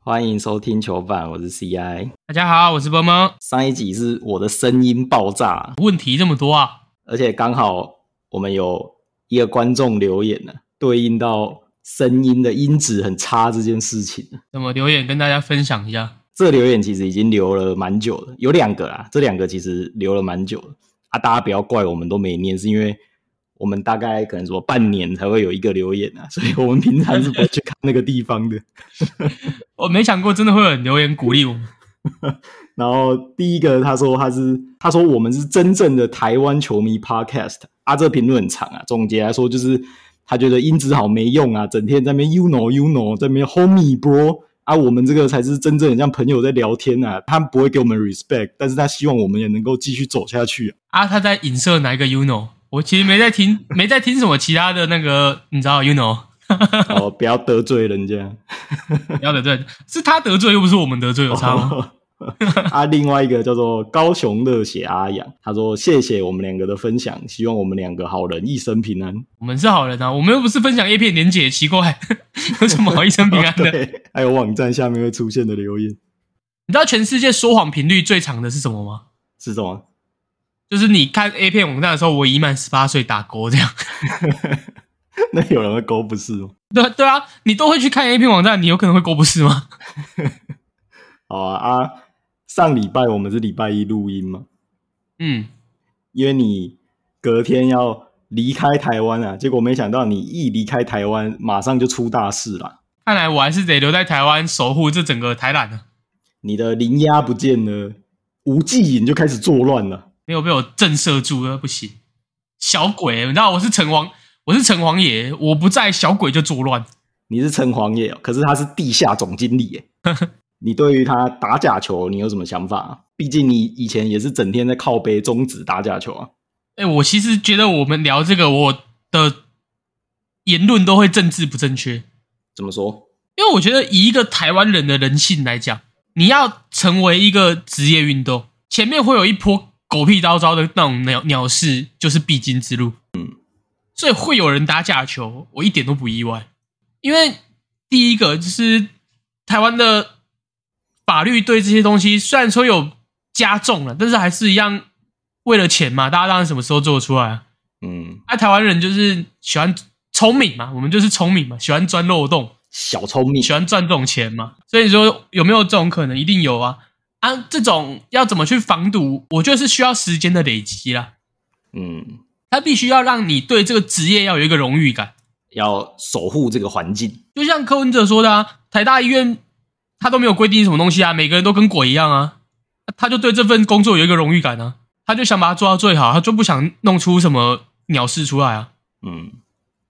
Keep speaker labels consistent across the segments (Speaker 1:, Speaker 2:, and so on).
Speaker 1: 欢迎收听球版，我是 CI。
Speaker 2: 大家好，我是波猫。
Speaker 1: 上一集是我的声音爆炸，
Speaker 2: 问题这么多啊，
Speaker 1: 而且刚好我们有一个观众留言呢、对应到声音的音质很差这件事情。
Speaker 2: 那么留言跟大家分享一下。
Speaker 1: 这留言其实已经留了蛮久了，有两个啊啦，这两个其实留了蛮久了啊。大家不要怪我们都没念，是因为我们大概可能说半年才会有一个留言啊，所以我们平常是不会去看那个地方的。
Speaker 2: 我没想过真的会有人留言鼓励我们。
Speaker 1: 然后第一个他说他是他说我们是真正的台湾球迷 podcast 啊，这评论很长啊。总结来说就是他觉得音质好没用啊，整天在那边 you know you know 在那边 homie bro 啊，我们这个才是真正很像朋友在聊天啊。他不会给我们 respect，但是他希望我们也能够继续走下去、啊。
Speaker 2: 啊，他在影射哪一个 Uno？我其实没在听， 没在听什么其他的那个，你知道 Uno
Speaker 1: 哦，不要得罪人家。
Speaker 2: 不要得罪，是他得罪又不是我们得罪，有差
Speaker 1: 哦
Speaker 2: 吗？
Speaker 1: 啊，另外一个叫做高雄热血阿阳，他说谢谢我们两个的分享，希望我们两个好人一生平安。
Speaker 2: 我们是好人啊，我们又不是分享 A 片连结，奇怪， 有什么好一 生平 安的？
Speaker 1: 哦对，还有网站下面会出现的留言
Speaker 2: 你知道全世界说谎频率最长的是什么吗？
Speaker 1: 是什么？
Speaker 2: 就是你看 A 片网站的时候，我已满十八岁打勾这样。
Speaker 1: 那有人会勾不是吗？
Speaker 2: 对对啊，你都会去看 A 片网站，你有可能会勾不是吗？
Speaker 1: 好啊啊！上礼拜我们是礼拜一录音嘛，
Speaker 2: 嗯，
Speaker 1: 因为你隔天要离开台湾啊，结果没想到你一离开台湾，马上就出大事啦！
Speaker 2: 看来我还是得留在台湾守护这整个台南啊呢，
Speaker 1: 你的零压不见了，吴继颖就开始作乱了。
Speaker 2: 没有被我震慑住了，不行，小鬼，你知道我是城隍，我是城隍爷，我不在，小鬼就作乱。
Speaker 1: 你是城隍爷哦，可是他是地下总经理耶。你对于他打假球，你有什么想法、啊？毕竟你以前也是整天在靠背中指打假球啊。
Speaker 2: 哎、我其实觉得我们聊这个，我的言论都会政治不正确，
Speaker 1: 怎么说？
Speaker 2: 因为我觉得以一个台湾人的人性来讲，你要成为一个职业运动，前面会有一波狗屁叨叨的那种鸟鸟事，就是必经之路。嗯，所以会有人打假球，我一点都不意外，因为第一个就是台湾的法律对这些东西虽然说有加重了，但是还是一样为了钱嘛，大家当然什么时候做得出来啊？
Speaker 1: 嗯，
Speaker 2: 啊，台湾人就是喜欢聪明嘛，我们就是聪明嘛，喜欢钻漏洞。
Speaker 1: 小聪明
Speaker 2: 喜欢赚这种钱嘛，所以说有没有这种可能？一定有啊！啊，这种要怎么去防堵？我觉得是需要时间的累积啦。
Speaker 1: 嗯，
Speaker 2: 他必须要让你对这个职业要有一个荣誉感，
Speaker 1: 要守护这个环境。
Speaker 2: 就像柯文哲说的啊，台大医院他都没有规定什么东西啊，每个人都跟鬼一样啊，他就对这份工作有一个荣誉感啊，他就想把它做到最好，他就不想弄出什么鸟事出来啊。
Speaker 1: 嗯，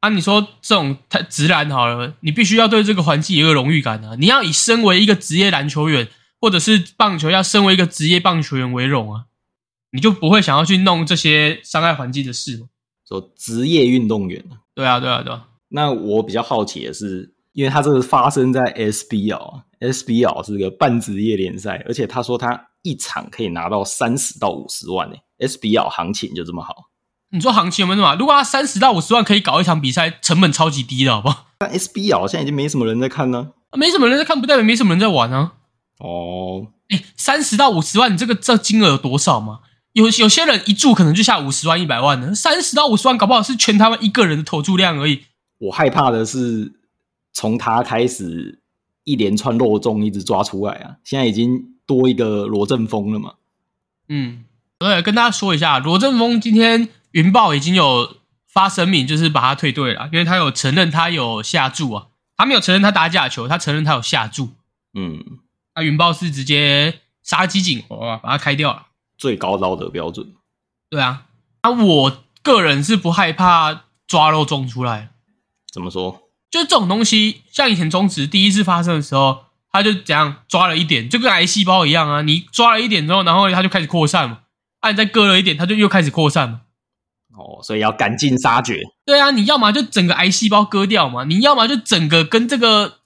Speaker 2: 啊，你说这种太直男好了，你必须要对这个环境有一个荣誉感啊！你要以身为一个职业篮球员，或者是棒球，要身为一个职业棒球员为荣啊！你就不会想要去弄这些伤害环境的事嘛？
Speaker 1: 说职业运动员。
Speaker 2: 对啊，对啊，对啊！
Speaker 1: 那我比较好奇的是，因为他这个发生在 SBL，SBL 是个半职业联赛，而且他说他一场可以拿到三十到五十万呢、SBL 欸行情就这么好，
Speaker 2: 你说行情有没有那么好？如果他三十到五十万可以搞一场比赛，成本超级低的，好不好？啊
Speaker 1: 但 SBL 现在已经没什么人在看呢。
Speaker 2: 没什么人在看，不代表没什么人在玩啊。
Speaker 1: 哦，
Speaker 2: 哎，三十到五十万，你这个这金额有多少嘛？有有些人一注可能就下五十万、一百万呢，三十到五十万，搞不好是全台湾一个人的投注量而已。
Speaker 1: 我害怕的是从他开始一连串肉粽一直抓出来啊，现在已经多一个罗振峰了嘛。
Speaker 2: 嗯，对，跟大家说一下，罗振峰今天云豹已经有发声明，就是把他退队了，因为他有承认他有下注啊，他没有承认他打假球，他承认他有下注。
Speaker 1: 嗯，
Speaker 2: 那云豹是直接杀鸡儆猴啊，把他开掉了。
Speaker 1: 最高道德标准。
Speaker 2: 对啊，那我个人是不害怕抓肉粽出来的，
Speaker 1: 怎么说？
Speaker 2: 就是这种东西，像以前中职第一次发生的时候，他就怎样抓了一点，就跟癌细胞一样啊，你抓了一点之后，然后它就开始扩散嘛，啊，你再割了一点，它就又开始扩散嘛。
Speaker 1: 哦，所以要赶尽杀绝。
Speaker 2: 对啊，你要么就整个癌细胞割掉嘛，你要么就整个跟这个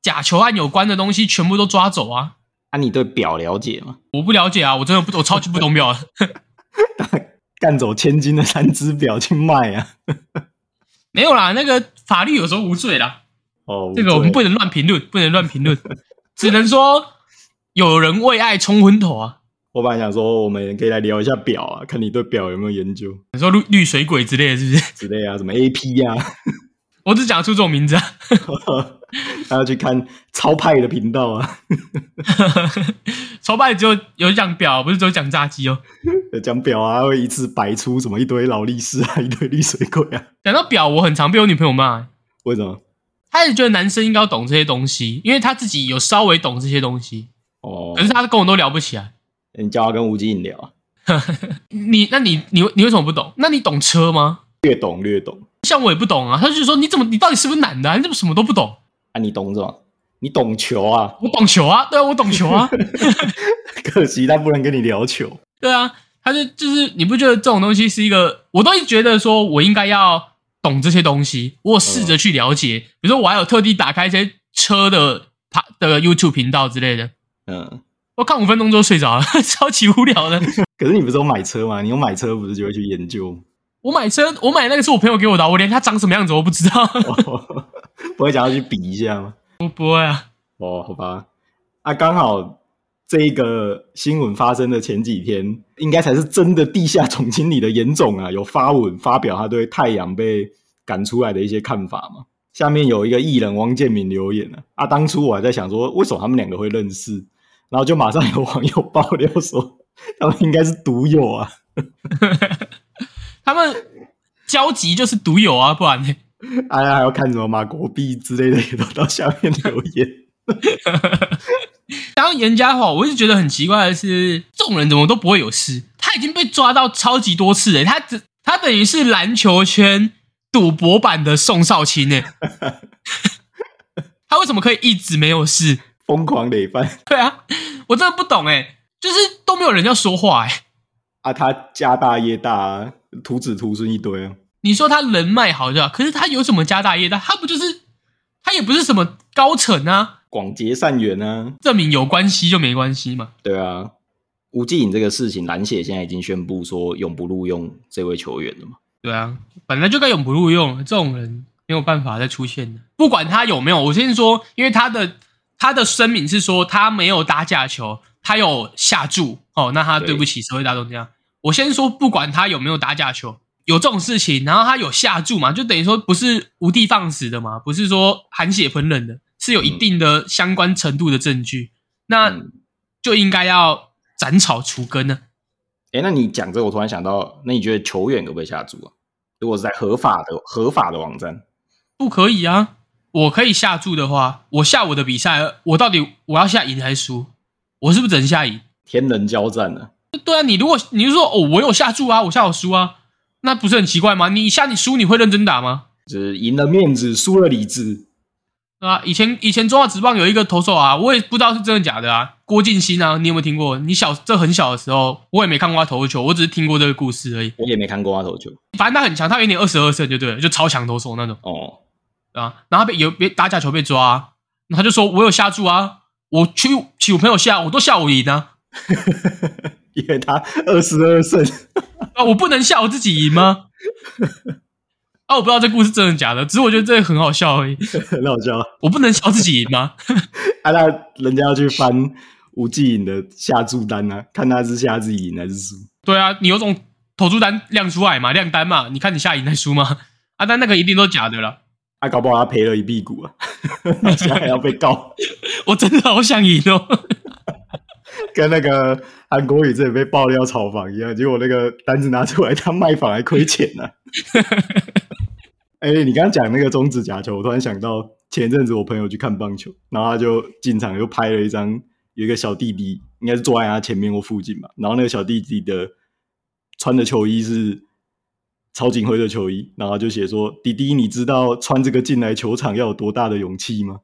Speaker 2: 假球案有关的东西全部都抓走啊。
Speaker 1: 啊，你对表了解吗？
Speaker 2: 我不了解啊，我真的不，我超级不懂表的。
Speaker 1: 干走千金的三只表去卖啊！
Speaker 2: 没有啦，那个法律有时候无罪啦。
Speaker 1: 哦，
Speaker 2: 这个我们不能乱评论，不能乱评论， 只能说有人为爱冲昏头啊。
Speaker 1: 我本来想说，我们可以来聊一下表啊，看你对表有没有研究
Speaker 2: 你说绿绿水鬼之类的，是不是？
Speaker 1: 之类啊，什么 AP 啊，
Speaker 2: 我只讲出这种名字啊。
Speaker 1: 还要去看超派的频道啊，
Speaker 2: 筹办只有有讲表，不是只有讲炸鸡哦。
Speaker 1: 讲表啊，会一次摆出什么一堆劳力士啊，一 堆绿水鬼啊，
Speaker 2: 讲到表，我很常被我女朋友骂，
Speaker 1: 为什么？
Speaker 2: 她也觉得男生应该要懂这些东西，因为她自己有稍微懂这些东西，
Speaker 1: 哦
Speaker 2: 可，是她跟我都聊不起来。
Speaker 1: 你叫他跟吴京聊啊，
Speaker 2: 你那你你你为什么不懂？那你懂车吗？
Speaker 1: 略懂略懂
Speaker 2: 像我也不懂啊，他就说你怎么你到底是不是男的、啊？你怎么什么都不懂？
Speaker 1: 啊，你懂什么？你懂球啊，
Speaker 2: 我懂球啊，对啊，我懂球啊，
Speaker 1: 可惜他不能跟你聊球。
Speaker 2: 对啊，他就就是你不觉得这种东西是一个，我都一直觉得说我应该要懂这些东西，我有试着去了解，比如说我还有特地打开一些车的他的 YouTube 频道之类的，
Speaker 1: 嗯，
Speaker 2: 我看五分钟之后睡着了， 超级无聊的。
Speaker 1: 可是你不是有买车吗？你有买车不是就会去研究 吗？
Speaker 2: 我买车，我买那个是我朋友给我的啊，我连它长什么样子我不知道，
Speaker 1: 不会想要去比一下吗？
Speaker 2: 我不会啊。
Speaker 1: 哦，好吧，啊，刚好这一个新闻发生的前几天，应该才是真的地下总经理的严总啊，有发文发表他对太阳被赶出来的一些看法嘛。下面有一个艺人王建民留言啊，啊，当初我还在想说，为什么他们两个会认识，然后就马上有网友爆料说，他们应该是毒友啊。
Speaker 2: 他们交集就是毒友啊，不然呢？
Speaker 1: 大家还哎要看什么马国币之类的，也都到下面留言。
Speaker 2: 当严家华，我一直觉得很奇怪的是，这种人怎么都不会有事？他已经被抓到超级多次了，他只他等于是篮球圈赌博版的宋少卿呢。 他为什么可以一直没有事？
Speaker 1: 疯狂累犯
Speaker 2: 对啊，我真的不懂哎，就是都没有人要说话哎。
Speaker 1: 啊，他家大业大、啊，徒子徒孙一堆啊。
Speaker 2: 你说他人脉好就好，可是他有什么家大业大？他不就是他也不是什么高层啊，
Speaker 1: 广结善缘啊，
Speaker 2: 证明有关系就没关系嘛。
Speaker 1: 对啊。吴继颖这个事情，篮协现在已经宣布说永不录用这位球员了嘛？
Speaker 2: 对啊，本来就该永不录用，这种人没有办法再出现的。不管他有没有，我先说，因为他的他的声明是说他没有打假球，他有下注哦，那他
Speaker 1: 对
Speaker 2: 对不起社会大众这样。我先说，不管他有没有打假球，有这种事情，然后他有下注嘛，就等于说不是无的放矢的嘛，不是说含血喷人的，是有一定的相关程度的证据，那
Speaker 1: 嗯
Speaker 2: 就应该要斩草除根啊呢、
Speaker 1: 哎，那你讲这，我突然想到，那你觉得球员可不可以下注啊？如果是在合法的合法的网站，
Speaker 2: 不可以啊！我可以下注的话，我下我的比赛，我到底我要下赢还是输？我是不是只能下赢？
Speaker 1: 天人交战呢、
Speaker 2: 对啊，你如果你就说哦，我有下注啊，我下我输啊，那不是很奇怪吗？你下你输，你会认真打吗？
Speaker 1: 就是赢了面子，输了理智。
Speaker 2: 对啊，以前以前中华职棒有一个投手啊，我也不知道是真的假的啊，郭敬欣啊，你有没有听过？你小这很小的时候，我也没看过他投球，我只是听过这个故事而已。
Speaker 1: 我也没看过他投球
Speaker 2: 反正他很强，他有一年二十二胜就对了，就超强投手那种。
Speaker 1: 哦，
Speaker 2: 啊，然后他被有被打假球被抓、啊，然后他就说我有下注啊，我去请我朋友下，我都下我赢啊，
Speaker 1: 因为他二十二胜，
Speaker 2: 啊我不能下我自己赢吗？啊，我不知道这故事真的假的，只是我觉得这个很好笑而已。
Speaker 1: 很好笑。
Speaker 2: 我不能笑自己赢吗？
Speaker 1: 啊，那人家要去翻吴继颖的下注单啊，看他是下自己赢还是输。
Speaker 2: 对啊，你有种投注单亮出来嘛，亮单嘛，你看你下赢再输嘛。啊，但那个一定都假的了，
Speaker 1: 啊，搞不好他赔了一屁股啊， 他现在还要被告，
Speaker 2: 我真的好想赢哦。
Speaker 1: 跟那个韩国瑜这里被爆料炒房一样，结果那个单子拿出来，他卖房还亏钱呢、哎、你刚刚讲那个中指夹球，我突然想到前一阵子我朋友去看棒球，然后他就进场就拍了一张，有一个小弟弟应该是坐在他前面或附近吧，然后那个小弟弟的穿的球衣是曹景辉的球衣，然后就写说：“弟弟，你知道穿这个进来球场要有多大的勇气吗？”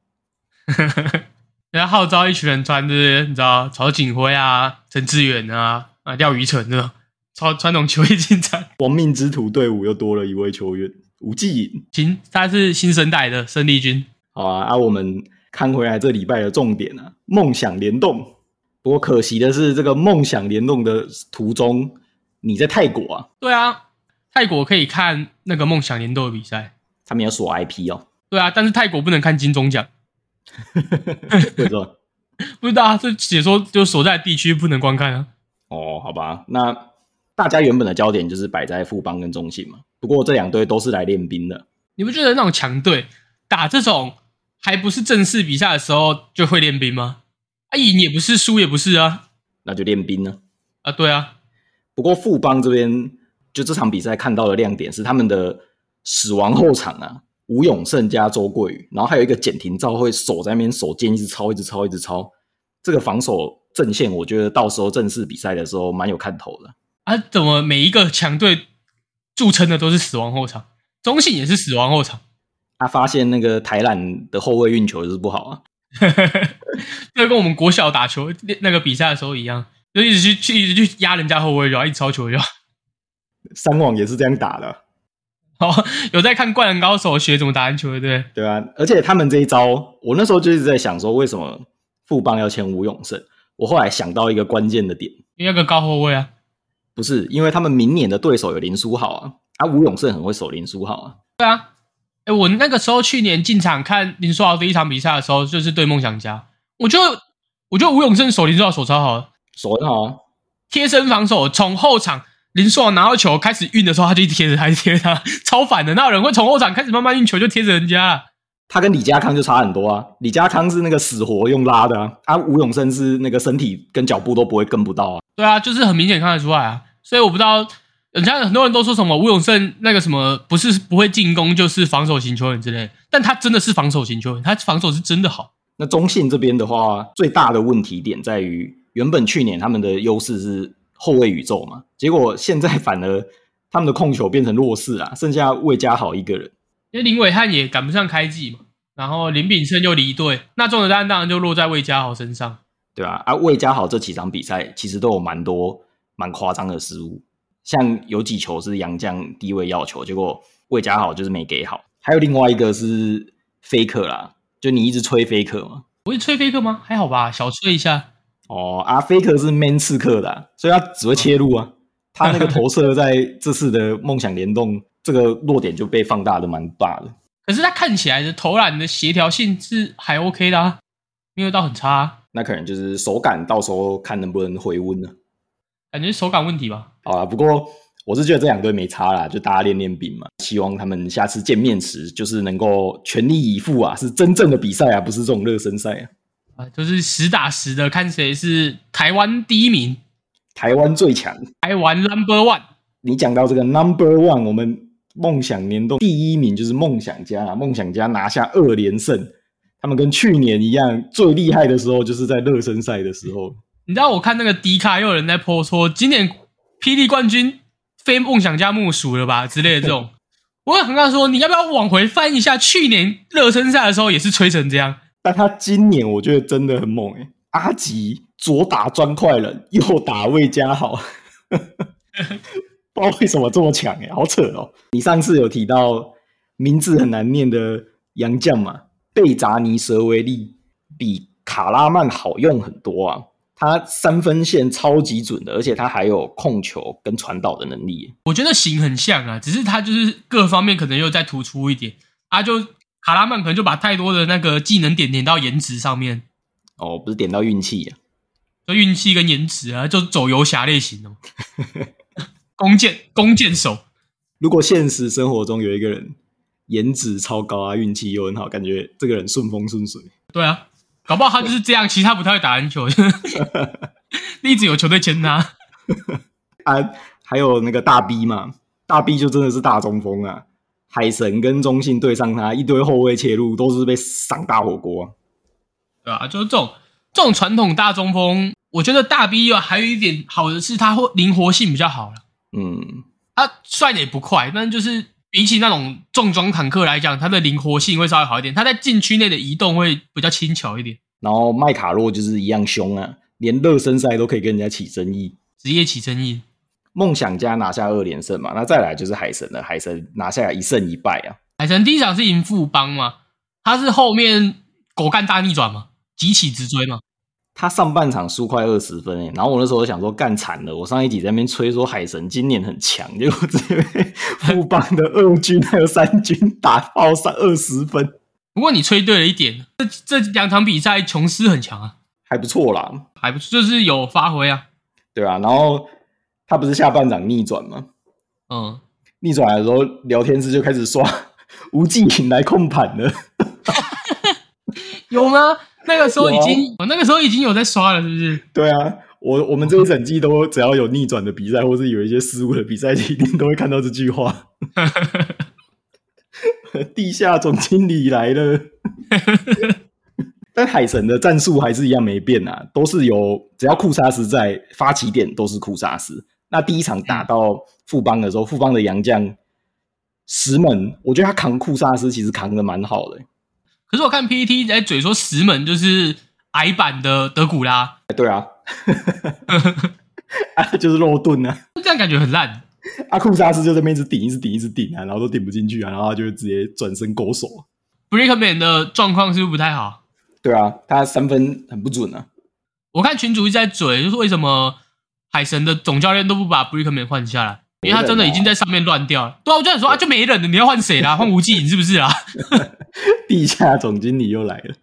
Speaker 2: 人家号召一群人穿，就是你知道曹景辉啊、陈志远啊、啊廖宇成这种穿穿那种球衣进场。
Speaker 1: 亡命之徒队伍又多了一位球员吴继颖。
Speaker 2: 行，他是新生代的生力军。
Speaker 1: 好啊，啊，我们看回来这礼拜的重点啊，梦想联动。不过可惜的是，这个梦想联动的途中，你在泰国啊，
Speaker 2: 对啊，泰国可以看那个梦想联动的比赛，
Speaker 1: 他们有锁 IP 哦。
Speaker 2: 对啊，但是泰国不能看金钟奖，
Speaker 1: 为什么？
Speaker 2: 不知道啊，这解说就所在地区不能观看啊。
Speaker 1: 哦，好吧，那大家原本的焦点就是摆在富邦跟中信嘛。不过这两队都是来练兵的，
Speaker 2: 你不觉得那种强队打这种还不是正式比赛的时候就会练兵吗？啊，赢也不是，输也不是啊，
Speaker 1: 那就练兵呢。
Speaker 2: 啊，对啊，
Speaker 1: 不过富邦这边就这场比赛看到的亮点是他们的死亡后场啊，吴永胜加周桂宇，然后还有一个简廷照会守在那边手尖一直抄，一直抄，一直抄。这个防守阵线，我觉得到时候正式比赛的时候蛮有看头的。
Speaker 2: 啊，怎么每一个强队著称的都是死亡后场，中信也是死亡后场，
Speaker 1: 他、发现那个台篮的后卫运球就是不好啊，
Speaker 2: 这跟我们国小打球那那个比赛的时候一样，就一直去去一直去压人家后卫，然后一直抄球就好。
Speaker 1: 三网也是这样打的，
Speaker 2: 哦，有在看《灌篮高手》学怎么打篮球的，对不对？
Speaker 1: 对吧、啊？而且他们这一招，我那时候就一直在想说，为什么富邦要签吴永胜？我后来想到一个关键的点，
Speaker 2: 因为那个高后卫啊，
Speaker 1: 不是因为他们明年的对手有林书豪啊，啊，吴永胜很会守林书豪啊，
Speaker 2: 对啊，哎，我那个时候去年进场看林书豪第一场比赛的时候，就是对梦想家，我就我觉得吴永胜守林书豪手超好的，
Speaker 1: 守很好啊。
Speaker 2: 贴身防守，从后场林书豪拿到球开始运的时候，他就一直贴着，还是贴着他，超反的。那有人会从后场开始慢慢运球就贴着人家啊，
Speaker 1: 他跟李家康就差很多啊，李家康是那个死活用拉的啊，啊，吴永胜是那个身体跟脚步都不会跟不到啊。
Speaker 2: 对啊，就是很明显看得出来啊。所以我不知道，人家很多人都说什么吴永胜那个什么不是不会进攻，就是防守型球员之类的，但他真的是防守型球员，他防守是真的好。
Speaker 1: 那中信这边的话，最大的问题点在于，原本去年他们的优势是后卫宇宙嘛，结果现在反而他们的控球变成弱势啊，剩下魏家豪一个人。
Speaker 2: 因为林伟汉也赶不上开季嘛，然后林炳胜又离队，那中的担当然就落在魏家豪身上。
Speaker 1: 对吧、啊？啊，魏家豪这几场比赛其实都有蛮多蛮夸张的失误，像有几球是杨将低位要球，结果魏家豪就是没给好。还有另外一个是 faker 啦，就你一直吹 faker 嘛。
Speaker 2: 我是吹飞克吗？还好吧，小吹一下。
Speaker 1: 哦，啊，faker 是 man 刺客的啊、所以他只会切入啊。他那个投射在这次的梦想联动这个弱点就被放大的蛮大的。
Speaker 2: 可是他看起来的投篮的协调性是还 OK 的啊，没有到很差、啊，
Speaker 1: 那可能就是手感，到时候看能不能回温啊呢、
Speaker 2: 感觉是手感问题吧。
Speaker 1: 好啦，不过我是觉得这两队没差啦，就大家练练兵嘛。希望他们下次见面时就是能够全力以赴啊，是真正的比赛啊，不是这种热身赛啊。
Speaker 2: 啊，就是实打实的看谁是台湾第一名，
Speaker 1: 台湾最强，
Speaker 2: 台湾 Number One。
Speaker 1: 你讲到这个 Number One，我们梦想联动第一名就是梦想家啊，梦想家拿下二连胜。他们跟去年一样，最厉害的时候就是在热身赛的时候。
Speaker 2: 你知道我看那个迪卡又有人在 po 说，今年霹雳冠军非梦想家莫属了吧之类的这种。我很刚说，你要不要往回翻一下，去年热身赛的时候也是吹成这样，
Speaker 1: 但他今年我觉得真的很猛诶、阿吉左打砖块人，右打魏家豪， 不知道为什么这么强诶、好扯哦！你上次有提到名字很难念的洋将嘛，贝扎尼蛇维利比卡拉曼好用很多啊，他三分线超级准的，而且他还有控球跟传导的能力耶。
Speaker 2: 我觉得型很像啊，只是他就是各方面可能又再突出一点。啊，就卡拉曼可能就把太多的那个技能点点到颜值上面，
Speaker 1: 哦，不是点到运气啊，
Speaker 2: 就运气跟颜值啊，就走游侠类型的嘛。弓箭弓箭手，
Speaker 1: 如果现实生活中有一个人颜值超高啊，运气又很好，感觉这个人顺风顺水。
Speaker 2: 对啊，搞不好他就是这样，其实他不太会打篮球， 一直有球队签他。
Speaker 1: 啊，还有那个大 B 嘛，大 B 就真的是大中锋啊。海神跟中信对上他，一堆后卫切入都是被赏大火锅、啊。
Speaker 2: 对啊，就是这种这种传统大中锋，我觉得大 B 有还有一点好的是，他会灵活性比较好了。
Speaker 1: 嗯，
Speaker 2: 他虽然也不快，但就是比起那种重装坦克来讲，他的灵活性会稍微好一点，他在禁区内的移动会比较轻巧一点。
Speaker 1: 然后麦卡洛就是一样凶啊，连热身赛都可以跟人家起争议。
Speaker 2: 职业起争议，
Speaker 1: 梦想家拿下二连胜嘛，那再来就是海神了，海神拿下一胜一败啊。
Speaker 2: 海神第一场是赢富邦嘛，他是后面狗干大逆转嘛，急起直追嘛，
Speaker 1: 他上半场输快二十分诶、欸然后我那时候想说干惨了，我上一集在那边吹说海神今年很强，结果直接被富邦的二军还有三军打爆上二十分，
Speaker 2: 不过你吹对了一点，这这两场比赛琼斯很强啊，
Speaker 1: 还不错啦，
Speaker 2: 还不就是有发挥啊。
Speaker 1: 对啊，然后他不是下半场逆转吗？
Speaker 2: 嗯，
Speaker 1: 逆转的时候，聊天室就开始刷吴季颖来控盘了。
Speaker 2: 有吗？那个时候已
Speaker 1: 有啊
Speaker 2: 经，我那个时候已经有在刷了，是不是？
Speaker 1: 对啊，我我们这一整季都只要有逆转的比赛，或是有一些失误的比赛， 一定都会看到这句话。地下总经理来了， 但海神的战术还是一样没变啊，都是有只要库沙斯在发起点都是库沙斯。那第一场打到富邦的时候，富邦的洋将石门，我觉得他扛库沙斯其实扛的蛮好的、
Speaker 2: 可是我看 PPT 在嘴说石门就是矮版的德古拉，
Speaker 1: 对啊，啊 就是肉盾啊。
Speaker 2: 这样感觉很烂。
Speaker 1: 阿库萨斯就这边一直顶，一直顶，一直顶啊，然后都顶不进去啊，然后他就会直接转身勾手。啊
Speaker 2: Brickman 的状况是不是不太好？
Speaker 1: 对啊，他三分很不准啊。
Speaker 2: 我看群主一直在嘴，就是为什么海神的总教练都不把 Brickman 换下来，因为他真的已经在上面乱掉了。对啊，我就想说啊，就没人了，你要换谁啦？换吴继颖是不是啦？
Speaker 1: 地下总经理又来了，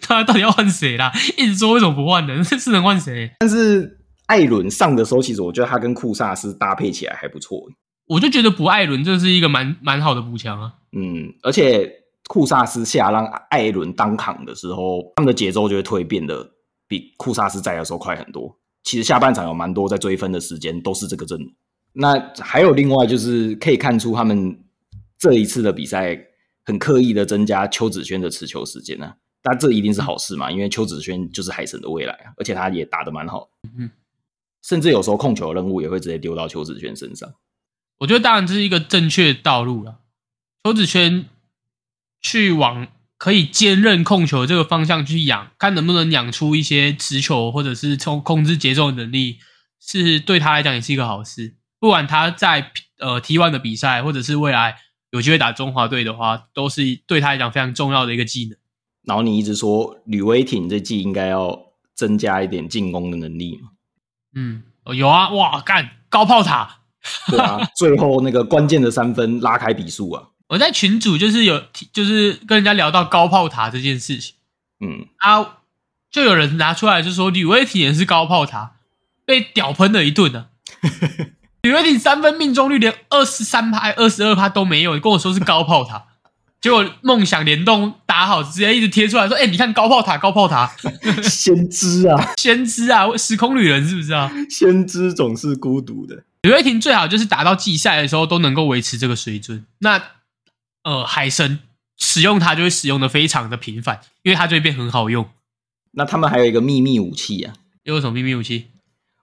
Speaker 2: 他到底要换谁啦？一直说为什么不换呢？是能换谁？
Speaker 1: 但是艾伦上的时候，其实我觉得他跟库萨斯搭配起来还不错。
Speaker 2: 我就觉得不艾伦这是一个蛮蛮好的补强啊。
Speaker 1: 嗯，而且库萨斯下让艾伦当扛的时候，他们的节奏就会蜕变的比库萨斯在的时候快很多。其实下半场有蛮多在追分的时间都是这个阵容。那还有另外就是可以看出他们这一次的比赛很刻意的增加邱子轩的持球时间呢、啊，但这一定是好事嘛，因为邱子轩就是海神的未来啊，而且他也打得蛮好，
Speaker 2: 嗯，
Speaker 1: 甚至有时候控球的任务也会直接丢到邱子轩身上。
Speaker 2: 我觉得当然这是一个正确的道路了。邱子轩去往可以兼任控球这个方向去养，看能不能养出一些持球或者是冲控制节奏的能力，是对他来讲也是一个好事。不管他在呃 T1 的比赛，或者是未来有机会打中华队的话，都是对他来讲非常重要的一个技能。
Speaker 1: 然后你一直说吕威挺这季应该要增加一点进攻的能力嘛，
Speaker 2: 嗯，哦有啊，哇，干高炮塔！
Speaker 1: 对啊， 最后那个关键的三分拉开比数啊，
Speaker 2: 我在群组就是有提就是跟人家聊到高炮塔这件事情。
Speaker 1: 嗯，
Speaker 2: 啊，就有人拿出来就说吕威廷也是高炮塔，被屌喷了一顿呢、啊。吕威廷三分命中率连二十三拍、二十二拍都没有，你跟我说是高炮塔，结果梦想联动打好，直接一直贴出来说：“哎、你看高炮塔，高炮塔，
Speaker 1: 先知啊，
Speaker 2: 先知啊，时空旅人是不是啊
Speaker 1: 先知总是孤独的。？”
Speaker 2: 吕威廷最好就是打到季赛的时候都能够维持这个水准。那呃，海神使用它就会使用的非常的频繁，因为它就会变很好用。
Speaker 1: 那他们还有一个秘密武器啊，
Speaker 2: 又有什么秘密武器？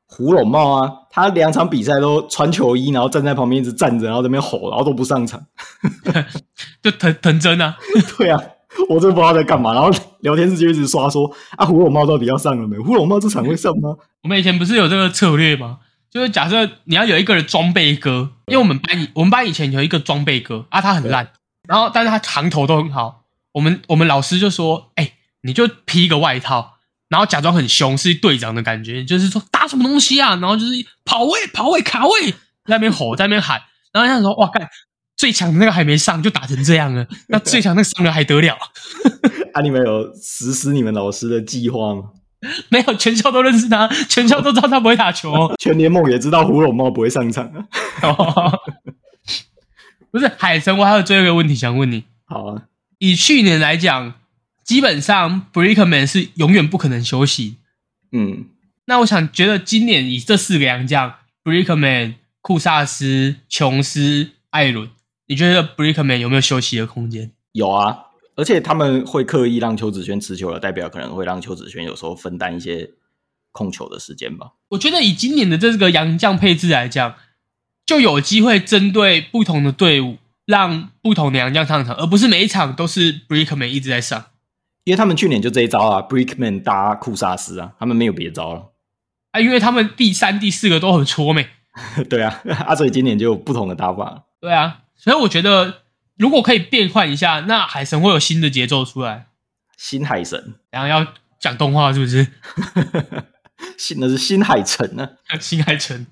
Speaker 1: 胡龙茂啊，他两场比赛都穿球衣，然后站在旁边一直站着，然后在那边吼，然后都不上场。
Speaker 2: 就藤藤真啊，
Speaker 1: 对啊，我真不知道在干嘛。然后聊天室就一直刷说啊，胡龙茂到底要上了没？胡龙茂这场会上吗？
Speaker 2: 我们以前不是有这个策略吗？就是假设你要有一个人装备哥，因为我们班以我们班以前有一个装备哥啊，他很烂，然后但是他行头都很好。我们我们老师就说：“哎、你就披一个外套，然后假装很凶，是队长的感觉，就是说打什么东西啊，然后就是跑位、跑位、卡位，在那边吼，在那边喊，然后他说：‘哇，干最强的那个还没上，就打成这样了，那最强那个上了还得了？’
Speaker 1: 啊，你们有实施你们老师的计划吗？
Speaker 2: 没有，全校都认识他，全校都知道他不会打球、
Speaker 1: 全联盟也知道胡龙茂不会上场啊。
Speaker 2: 哦， 不是海神，我还有最后一个问题想问你。
Speaker 1: 好啊，
Speaker 2: 以去年来讲，基本上 Brickman 是永远不可能休息。
Speaker 1: 嗯，
Speaker 2: 那我想觉得今年以这四个洋将，Brickman、库萨斯、琼斯、艾伦，你觉得 Brickman 有没有休息的空间？
Speaker 1: 有啊，而且他们会刻意让邱子轩持球了，代表可能会让邱子轩有时候分担一些控球的时间吧。
Speaker 2: 我觉得以今年的这个洋将配置来讲，就有机会针对不同的队伍，让不同的洋将上场，而不是每一场都是 Brickman 一直在上。
Speaker 1: 因为他们去年就这一招啊，Brickman 搭库萨斯啊， 他们没有别招了。
Speaker 2: 啊，因为他们第三、第四个都很戳妹。
Speaker 1: 对啊， 阿所以今年就有不同的打法。
Speaker 2: 对啊，所以我觉得如果可以变换一下，那海神会有新的节奏出来。
Speaker 1: 新海神，
Speaker 2: 然后要讲动画是不是？
Speaker 1: 新那是新海啊城呢
Speaker 2: 新海诚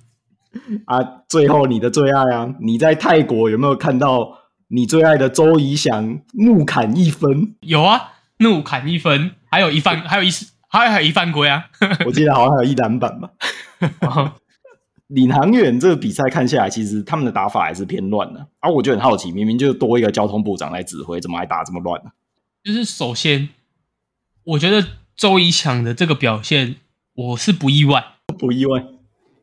Speaker 1: 啊！最后你的最爱啊，你在泰国有没有看到你最爱的周怡翔怒砍一分，
Speaker 2: 有啊，怒砍一分，还有一犯，还有一还有还有一犯规啊。
Speaker 1: 我记得好像还有一篮板吧。领航员这个比赛看下来，其实他们的打法还是偏乱的啊！我就很好奇，明明就多一个交通部长来指挥，怎么还打这么乱呢、
Speaker 2: 就是首先，我觉得周怡翔的这个表现，我是不意外，
Speaker 1: 不意外，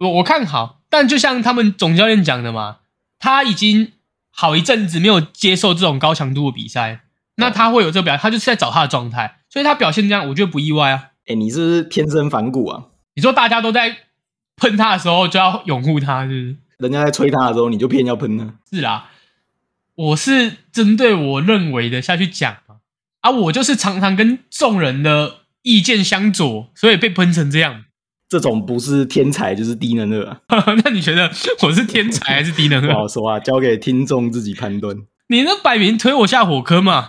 Speaker 2: 我我看好。但就像他们总教练讲的嘛，他已经好一阵子没有接受这种高强度的比赛，那他会有这个表，他就是在找他的状态，所以他表现这样，我觉得不意外啊。
Speaker 1: 哎，你是不是天生反骨啊？
Speaker 2: 你说大家都在喷他的时候，就要拥护他，是不是？
Speaker 1: 人家在吹他的时候，你就偏要喷他，
Speaker 2: 是啦，我是针对我认为的下去讲嘛，啊，我就是常常跟众人的意见相左，所以被喷成这样。
Speaker 1: 这种不是天才就是低能儿、啊，
Speaker 2: 那你觉得我是天才还是低能
Speaker 1: 不好
Speaker 2: 儿？
Speaker 1: 说啊，交给听众自己判断
Speaker 2: 你那摆明推我下火坑嘛？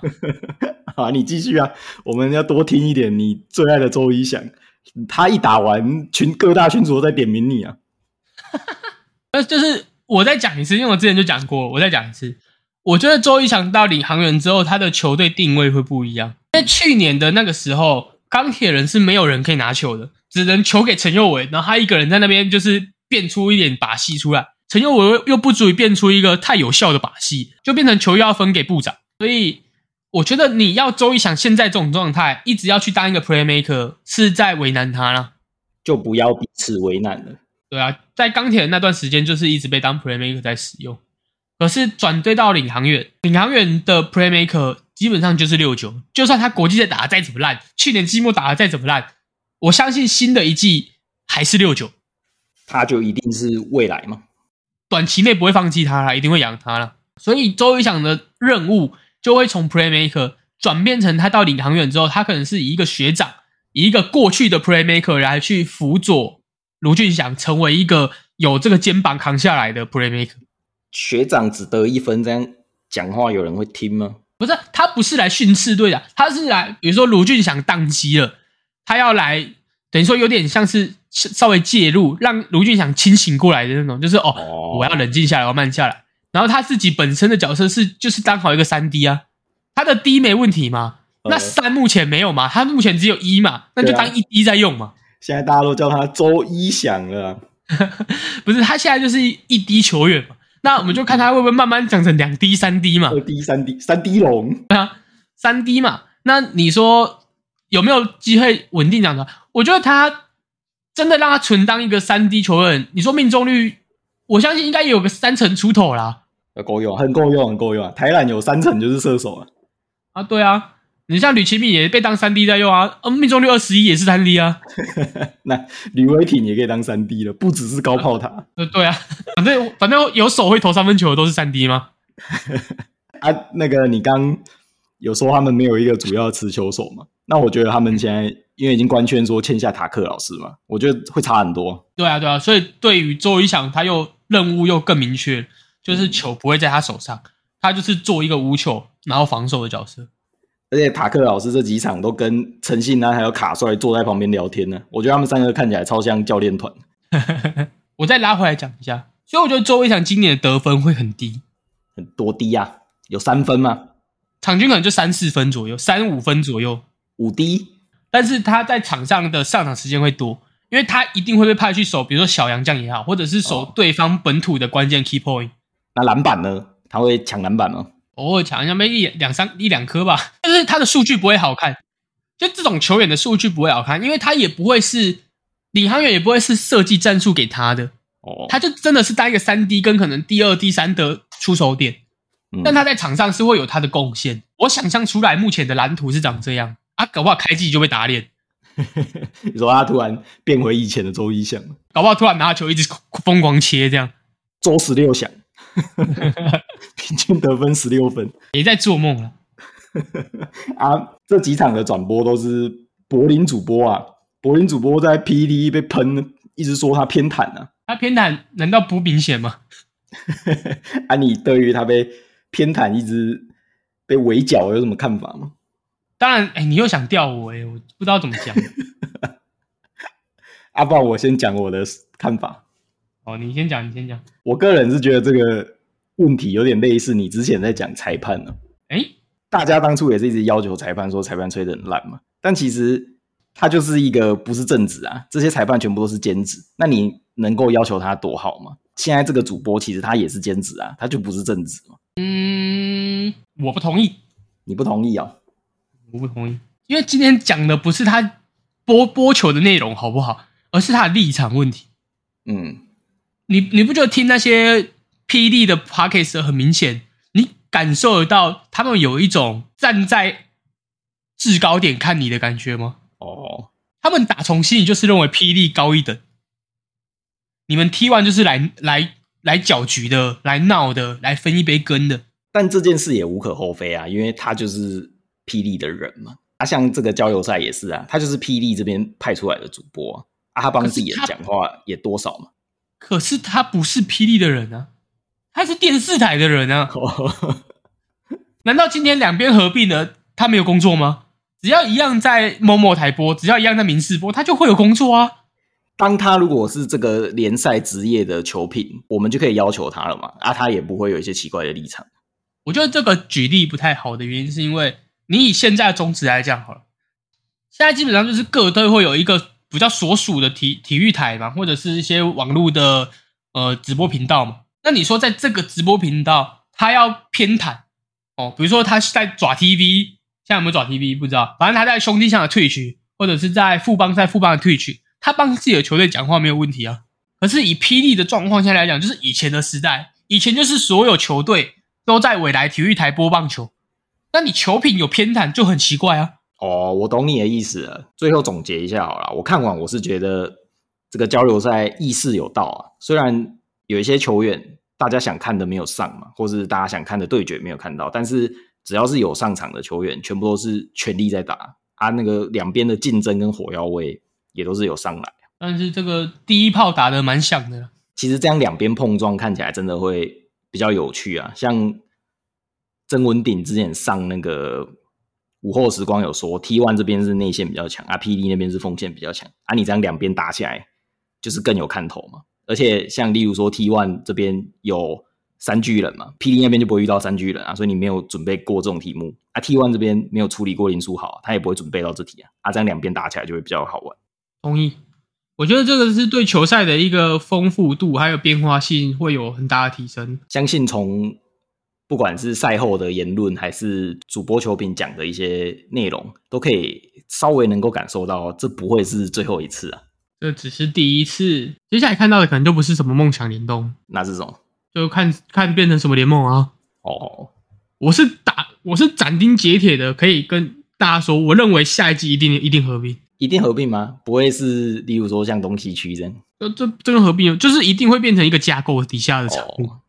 Speaker 1: 啊！你继续啊，我们要多听一点你最爱的周怡翔，他一打完群各大群主都在点名你啊，
Speaker 2: 那呃就是我再讲一次，因为我之前就讲过了，我再讲一次。我觉得周一翔到领航员之后，他的球队定位会不一样。因为去年的那个时候，钢铁人是没有人可以拿球的，只能球给陈佑伟，然后他一个人在那边就是变出一点把戏出来。陈佑伟又不足以变出一个太有效的把戏，就变成球又要分给部长。所以我觉得你要周一翔现在这种状态，一直要去当一个 playmaker，是在为难他了。
Speaker 1: 就不要彼此为难了。
Speaker 2: 对啊，在钢铁人那段时间就是一直被当 playmaker 在使用，可是转队到领航员，领航员的 playmaker 基本上就是六九，就算他国际赛打得再怎么烂，去年季末打得再怎么烂，我相信新的一季还是六九，
Speaker 1: 他就一定是未来嘛？
Speaker 2: 短期内不会放弃他啦，一定会养他啦。所以周瑜想的任务就会从 playmaker 转变成他到领航员之后，他可能是以一个学长，以一个过去的 playmaker 来去辅佐卢俊祥，成为一个有这个肩膀扛下来的 playmaker。
Speaker 1: 学长只得一分，这样讲话有人会听吗？
Speaker 2: 不是，他不是来训斥队的，他是来，比如说卢俊祥宕机了，他要来，等于说有点像是稍微介入，让卢俊祥清醒过来的那种，就是哦，
Speaker 1: 哦
Speaker 2: 我要冷静下来，我要慢下来。然后他自己本身的角色是就是当好一个三 D 啊，他的 D 没问题嘛，那
Speaker 1: 呃
Speaker 2: 三目前没有嘛，他目前只有一嘛，那就
Speaker 1: 对啊
Speaker 2: 当一 D 在用嘛。
Speaker 1: 现在大家都叫他周一翔了啊，
Speaker 2: 不是，他现在就是一 D 球员嘛，那我们就看他会不会慢慢长成两 D、三 D 嘛。
Speaker 1: 二 D、三 D、三 D 龙，
Speaker 2: 三 D 嘛，那你说有没有机会稳定涨的？我觉得他真的让他存当一个三 D 球员，你说命中率，我相信应该也有个三成出头啦。
Speaker 1: 呃够用，很够用，很够用啊！台篮有三层就是射手啊，
Speaker 2: 啊，对啊，你像吕奇敏也被当三 D 在用啊，呃，命中率二十一也是三 D 啊，
Speaker 1: 那吕伟挺也可以当三 D 了，不只是高炮 塔
Speaker 2: 呃，对啊，反正反正有手会投三分球的都是三 D 吗？
Speaker 1: 啊。那个你刚有说他们没有一个主要持球手嘛？那我觉得他们现在因为已经官宣说签下塔克老师嘛，我觉得会差很多。
Speaker 2: 对啊，对啊，所以对于周瑜翔，他又任务又更明确，就是球不会在他手上，他就是做一个无球然后防守的角色。
Speaker 1: 而且塔克老师这几场都跟陈信安还有卡帅坐在旁边聊天呢，我觉得他们三个看起来超像教练团。
Speaker 2: 我再拉回来讲一下，所以我觉得周围翔今年的得分会很低，
Speaker 1: 很多低啊，有三分吗？
Speaker 2: 场均可能就三四分左右，三五分左右。
Speaker 1: 五低
Speaker 2: 但是他在场上的上场时间会多，因为他一定会被派去守，比如说小杨将也好，或者是守
Speaker 1: 哦
Speaker 2: 对方本土的关键 key point，
Speaker 1: 那篮板呢？他会抢篮板吗？
Speaker 2: 偶尔抢一下，没一两三一两颗吧。 但是他的数据不会好看，就这种球员的数据不会好看，因为他也不会是领航员，也不会是设计战术给他的，
Speaker 1: 哦，
Speaker 2: 他就真的是当一个三 D 跟可能第二、第三的出手点。
Speaker 1: 嗯
Speaker 2: 但他在场上是会有他的贡献。我想象出来目前的蓝图是长这样啊，搞不好开季就被打脸，
Speaker 1: 你说他突然变回以前的周一翔，
Speaker 2: 搞不好突然拿球一直疯狂切，这样
Speaker 1: 周十六 翔，平均得分十六分
Speaker 2: 也在做梦了。
Speaker 1: 啊！这几场的转播都是柏林主播啊，柏林主播在 PPT 被喷，一直说他偏袒 啊。
Speaker 2: 他偏袒难道不明显吗？
Speaker 1: 啊，你对于他被偏袒一直被围剿有什么看法吗？
Speaker 2: 当然，哎、你又想吊我哎、我不知道怎么讲。
Speaker 1: 啊，不然我先讲我的看法。
Speaker 2: 哦，你先讲，你先讲。
Speaker 1: 我个人是觉得这个问题有点类似你之前在讲裁判啊呢、
Speaker 2: 哎、
Speaker 1: 大家当初也是一直要求裁判说裁判吹得很烂嘛，但其实他就是一个不是正职啊，这些裁判全部都是兼职，那你能够要求他多好吗？现在这个主播其实他也是兼职啊，他就不是正职嘛，
Speaker 2: 嗯，我不同意，
Speaker 1: 你不同意哦？
Speaker 2: 我不同意，因为今天讲的不是他播播球的内容好不好，而是他的立场问题。
Speaker 1: 嗯，
Speaker 2: 你你不觉得听那些霹雳的 podcast 很明显，你感受得到他们有一种站在制高点看你的感觉吗？
Speaker 1: 哦，
Speaker 2: 他们打从心里就是认为霹雳高一等，你们踢完就是来来来搅局的，来闹的，来分一杯羹的。
Speaker 1: 但这件事也无可厚非啊，因为他就是霹雳的人嘛。啊，像这个交流赛也是啊，他就是霹雳这边派出来的主播啊，啊他帮自己人
Speaker 2: 可是他
Speaker 1: 讲话也多少嘛。
Speaker 2: 可是他不是霹雳的人啊，他是电视台的人啊。
Speaker 1: 哦，
Speaker 2: 难道今天两边合并了，他没有工作吗？只要一样在某某台播，只要一样在民视播，他就会有工作啊。
Speaker 1: 当他如果是这个联赛职业的球评，我们就可以要求他了嘛，啊，他也不会有一些奇怪的立场。
Speaker 2: 我觉得这个举例不太好的原因，是因为你以现在的宗旨来讲好了，现在基本上就是各队会有一个比较所属的体体育台嘛，或者是一些网络的呃直播频道嘛。那你说在这个直播频道，他要偏袒哦，比如说他是在爪 TV，现在有没有爪 TV 不知道，反正他在兄弟象的 Twitch，或者是在富邦在富邦的 Twitch，他帮自己的球队讲话没有问题啊。可是以霹雳的状况下来讲，就是以前的时代，以前就是所有球队都在未来体育台播棒球，那你球品有偏袒就很奇怪啊。
Speaker 1: 哦，我懂你的意思了。最后总结一下好了，我看完我是觉得这个交流赛意识有道啊，虽然有一些球员大家想看的没有上嘛，或是大家想看的对决没有看到，但是只要是有上场的球员，全部都是全力在打，啊，那个两边的竞争跟火药味也都是有上来。
Speaker 2: 但是这个第一炮打的蛮响的啦，
Speaker 1: 其实这样两边碰撞看起来真的会比较有趣啊。像曾文鼎之前上那个午后时光有说，T one 这边是内线比较强，啊 p d 那边是锋线比较强，啊你这样两边打起来就是更有看头嘛。而且像例如说 T one 这边有三巨人嘛，PD 那边就不会遇到三巨人啊，所以你没有准备过这种题目啊。T one 这边没有处理过林书豪，他也不会准备到这题啊，啊这样两边打起来就会比较好玩。
Speaker 2: 同意。我觉得这个是对球赛的一个丰富度还有变化性会有很大的提升。
Speaker 1: 相信从不管是赛后的言论，还是主播球评讲的一些内容，都可以稍微能够感受到，这不会是最后一次啊。
Speaker 2: 这只是第一次，接下来看到的可能就不是什么梦想联动，
Speaker 1: 那这种
Speaker 2: 就看看变成什么联盟啊。
Speaker 1: 哦，
Speaker 2: 我是打，我是斩钉截铁的，可以跟大家说，我认为下一季一定一定合并。
Speaker 1: 一定合并吗？不会是例如说像东西区这样
Speaker 2: 这这这个合并就是一定会变成一个架构底下的产物。
Speaker 1: 哦。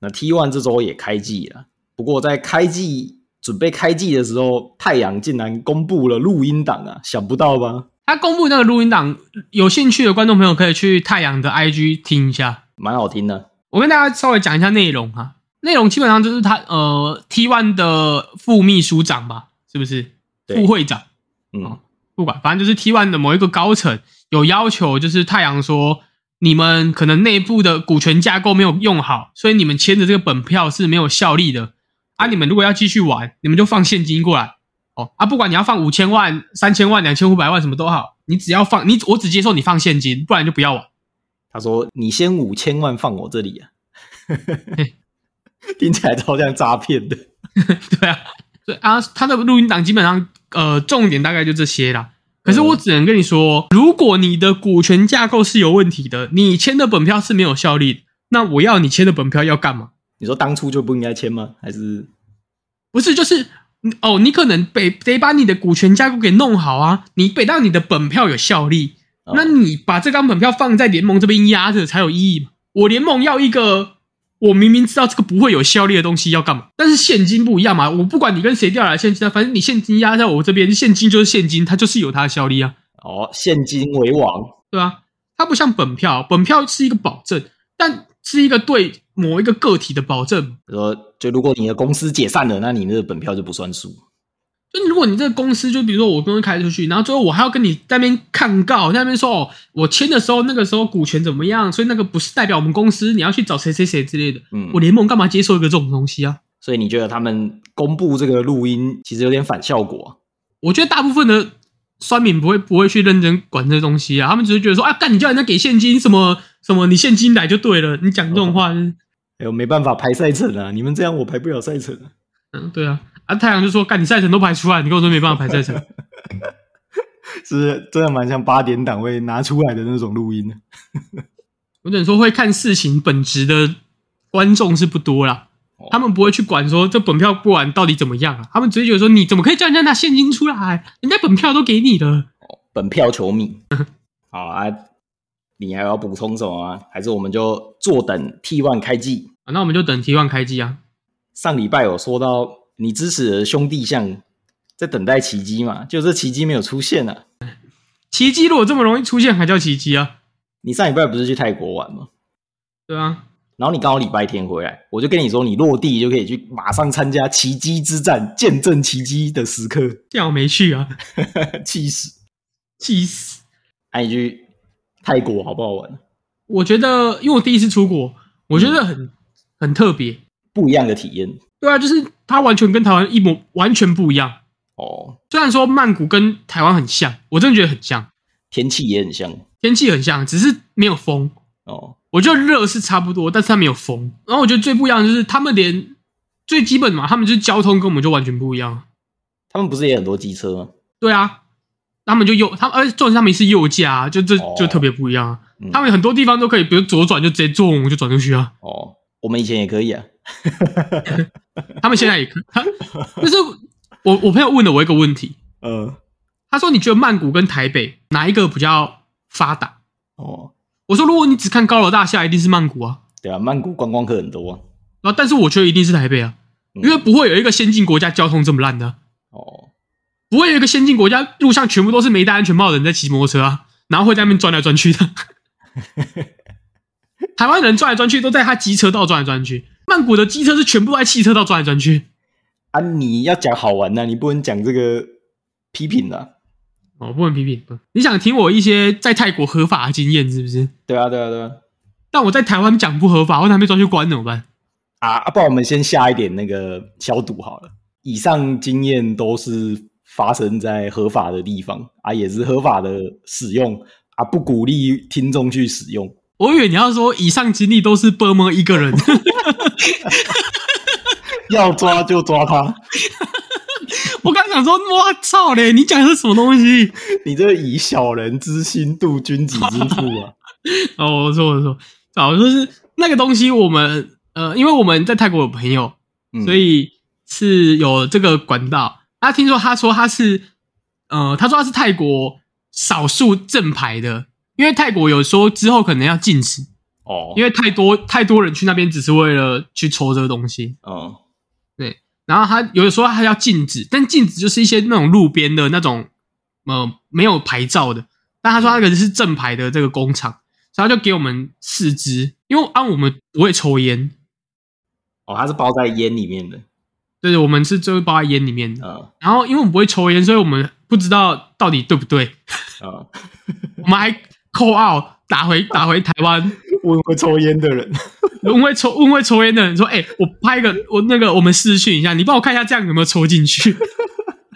Speaker 1: 那 T one 这周也开季了，不过在开季准备开季的时候，太阳竟然公布了录音档啊，想不到吧？
Speaker 2: 他公布那个录音档，有兴趣的观众朋友可以去太阳的 IG 听一下。
Speaker 1: 蛮好听的，
Speaker 2: 我跟大家稍微讲一下内容哈，内容基本上就是他呃 T One 的副秘书长吧，是不是
Speaker 1: 对
Speaker 2: 副会长？
Speaker 1: 嗯
Speaker 2: 哦，不管，反正就是 T One 的某一个高层有要求，就是太阳说你们可能内部的股权架构没有用好，所以你们签的这个本票是没有效力的啊。你们如果要继续玩，你们就放现金过来哦啊，不管你要放五千万、三千万、两千五百万什么都好，你只要放你我只接受你放现金，不然就不要玩。
Speaker 1: 他说：“你先五千万放我这里啊！” 听起来超像诈骗的。
Speaker 2: 对啊，对啊，他的录音档基本上呃重点大概就这些啦。可是我只能跟你说，如果你的股权架构是有问题的，你签的本票是没有效力的，那我要你签的本票要干嘛？
Speaker 1: 你说当初就不应该签吗？还是
Speaker 2: 不是，就是嗯哦，你可能得得把你的股权架构给弄好啊，你得让你的本票有效力，
Speaker 1: 哦
Speaker 2: 那你把这张本票放在联盟这边压着才有意义嘛？我联盟要一个，我明明知道这个不会有效力的东西要干嘛？但是现金不一样嘛，我不管你跟谁调来的现金，反正你现金压在我这边，现金就是现金，它就是有它的效力啊，
Speaker 1: 哦，现金为王
Speaker 2: 对吧、它不像本票，本票是一个保证，但是一个对某一个个体的保证。
Speaker 1: 你说就如果你的公司解散了，那你那个本票就不算数。
Speaker 2: 就如果你这个公司，就比如说我公司开出去，然后最后我还要跟你在那边抗告，在那边说哦，我签的时候那个时候股权怎么样，所以那个不是代表我们公司，你要去找谁谁谁之类的。
Speaker 1: 嗯
Speaker 2: 我联盟干嘛接受一个这种东西啊？
Speaker 1: 所以你觉得他们公布这个录音其实有点反效果啊、
Speaker 2: 我觉得大部分的酸民不会不会去认真管这东西啊，他们只是觉得说啊，干你叫人家给现金什么什么，你现金来就对了，你讲这种话就是，
Speaker 1: 哎呦，没办法排赛程啊！你们这样我排不了赛程、啊。
Speaker 2: 嗯，对啊，啊太阳就说干你赛程都排出来，你跟我说没办法排赛程，
Speaker 1: 是真的蛮像八点档会拿出来的那种录音的。
Speaker 2: 我只能说会看事情本质的观众是不多啦
Speaker 1: 哦。
Speaker 2: 他们不会去管说这本票不管到底怎么样啊，他们只会觉得说你怎么可以叫人家拿现金出来？人家本票都给你了，
Speaker 1: 本票球迷。 好啊，你还要补充什么吗？还是我们就坐等 T One 开季？
Speaker 2: 啊那我们就等 T one 开机啊。
Speaker 1: 上礼拜有说到你支持的兄弟象在等待奇迹嘛，就这奇迹没有出现啊。
Speaker 2: 奇迹如果这么容易出现，还叫奇迹啊？
Speaker 1: 你上礼拜不是去泰国玩吗？
Speaker 2: 对啊，
Speaker 1: 然后你刚好礼拜天回来，我就跟你说，你落地就可以去马上参加奇迹之战，见证奇迹的时刻，
Speaker 2: 幸好没去啊，
Speaker 1: 气死！
Speaker 2: 气死！
Speaker 1: 哎、你去泰国好不好玩？
Speaker 2: 我觉得，因为我第一次出国，我觉得很、很特别。
Speaker 1: 不一样的体验
Speaker 2: 对啊，就是它完全跟台湾一模完全不一样。
Speaker 1: 哦，
Speaker 2: 虽然说曼谷跟台湾很像，我真的觉得很像，
Speaker 1: 天气也很像
Speaker 2: 天气很像，只是没有风。
Speaker 1: 哦。
Speaker 2: 我觉得热是差不多，但是它没有风。然后我觉得最不一样的就是他们连最基本嘛，他们就是交通跟我们就完全不一样。
Speaker 1: 他们不是也很多机车吗？
Speaker 2: 对啊，他们就右，他们而且重点是他们是右驾、啊，就这
Speaker 1: 哦
Speaker 2: 就特别不一样、啊。
Speaker 1: 嗯
Speaker 2: 他们很多地方都可以，比如左转就直接坐我就转出去啊。
Speaker 1: 哦，我们以前也可以啊。
Speaker 2: 他们现在也可，他就是我我朋友问了我一个问题，
Speaker 1: 呃，
Speaker 2: 他说你觉得曼谷跟台北哪一个比较发达？
Speaker 1: 哦，
Speaker 2: 我说如果你只看高楼大厦，一定是曼谷啊，
Speaker 1: 对啊，曼谷观光客很多、啊。
Speaker 2: 然后但是我觉得一定是台北啊，
Speaker 1: 嗯
Speaker 2: 因为不会有一个先进国家交通这么烂的啊、
Speaker 1: 哦，
Speaker 2: 不会有一个先进国家路上全部都是没戴安全帽的人在骑摩托车啊，然后会在那边转来转去的。台湾人转来转去都在他机车道转来转去，曼谷的机车是全部都在汽车道转来转去。
Speaker 1: 啊，你要讲好玩呐、你不能讲这个批评啊。
Speaker 2: 哦，不能批评。不你想听我一些在泰国合法的经验是不是？
Speaker 1: 对啊，对啊，对啊。
Speaker 2: 但我在台湾讲不合法，我还没抓去关怎么办？
Speaker 1: 啊，啊不然我们先下一点那个消毒好了。以上经验都是发生在合法的地方啊，也是合法的使用啊，不鼓励听众去使用。
Speaker 2: 我以为你要说以上经历都是波摩一个人，
Speaker 1: 要抓就抓他，
Speaker 2: 我刚想说，我操嘞，你讲的是什么东西？
Speaker 1: 你这以小人之心度君子之腹 啊！
Speaker 2: 哦，我说我说，早就是那个东西，我们呃，因为我们在泰国有朋友，
Speaker 1: 嗯
Speaker 2: 所以是有这个管道。他听说他说他是，呃，他说他是泰国少数正牌的，因为泰国有说之后可能要禁止，
Speaker 1: 哦，
Speaker 2: 因
Speaker 1: 为
Speaker 2: 为太多太多人去那边只是为了去抽这个东西。
Speaker 1: 嗯
Speaker 2: 然后他有的时候他要禁止，但禁止就是一些那种路边的那种，呃，没有牌照的。但他说他那个是正牌的这个工厂，所以他就给我们四支，因为啊按我们不会抽烟，
Speaker 1: 哦，它是包在烟里面的，
Speaker 2: 对，我们是就是包在烟里面的。
Speaker 1: 嗯
Speaker 2: 然后因为我们不会抽烟，所以我们不知道到底对不对，
Speaker 1: 嗯，
Speaker 2: 我们还扣 out 打回打回台湾，
Speaker 1: 问会抽烟的人，
Speaker 2: 问会抽问会抽烟的人说：“哎、我拍一个我那个我们试训一下，你帮我看一下这样有没有抽进去。”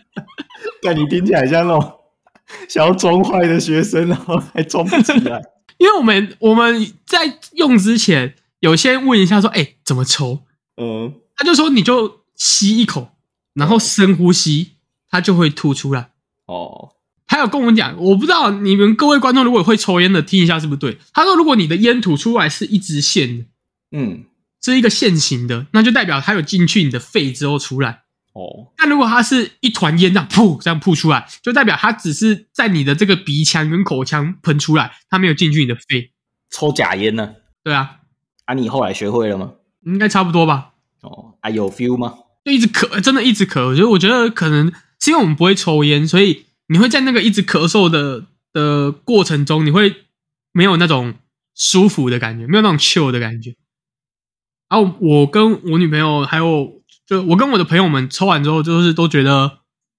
Speaker 1: 但你听起来像那种 想要装坏的学生，然后还装不起来。
Speaker 2: 因为我们我们在用之前有先问一下说，哎、怎么抽？
Speaker 1: 嗯，
Speaker 2: 他就说你就吸一口，然后深呼吸，它就会吐出来。
Speaker 1: 哦，
Speaker 2: 还有跟我们讲，我不知道你们各位观众如果会抽烟的，听一下是不是对？他说，如果你的烟吐出来是一直线的，
Speaker 1: 嗯，
Speaker 2: 是一个线形的，那就代表它有进去你的肺之后出来。
Speaker 1: 哦，
Speaker 2: 但如果它是一团烟这样噗这样噗出来，就代表它只是在你的这个鼻腔跟口腔喷出来，它没有进去你的肺。
Speaker 1: 抽假烟呢、
Speaker 2: 对啊，
Speaker 1: 啊？你后来学会了吗？
Speaker 2: 应该差不多吧。
Speaker 1: 哦，啊，有 feel 吗？
Speaker 2: 就一直咳，真的一直咳。我觉得，我觉得可能是因为我们不会抽烟，所以你会在那个一直咳嗽的的过程中，你会没有那种舒服的感觉，没有那种 chill 的感觉。啊然后我跟我女朋友还有就我跟我的朋友们抽完之后，就是都觉得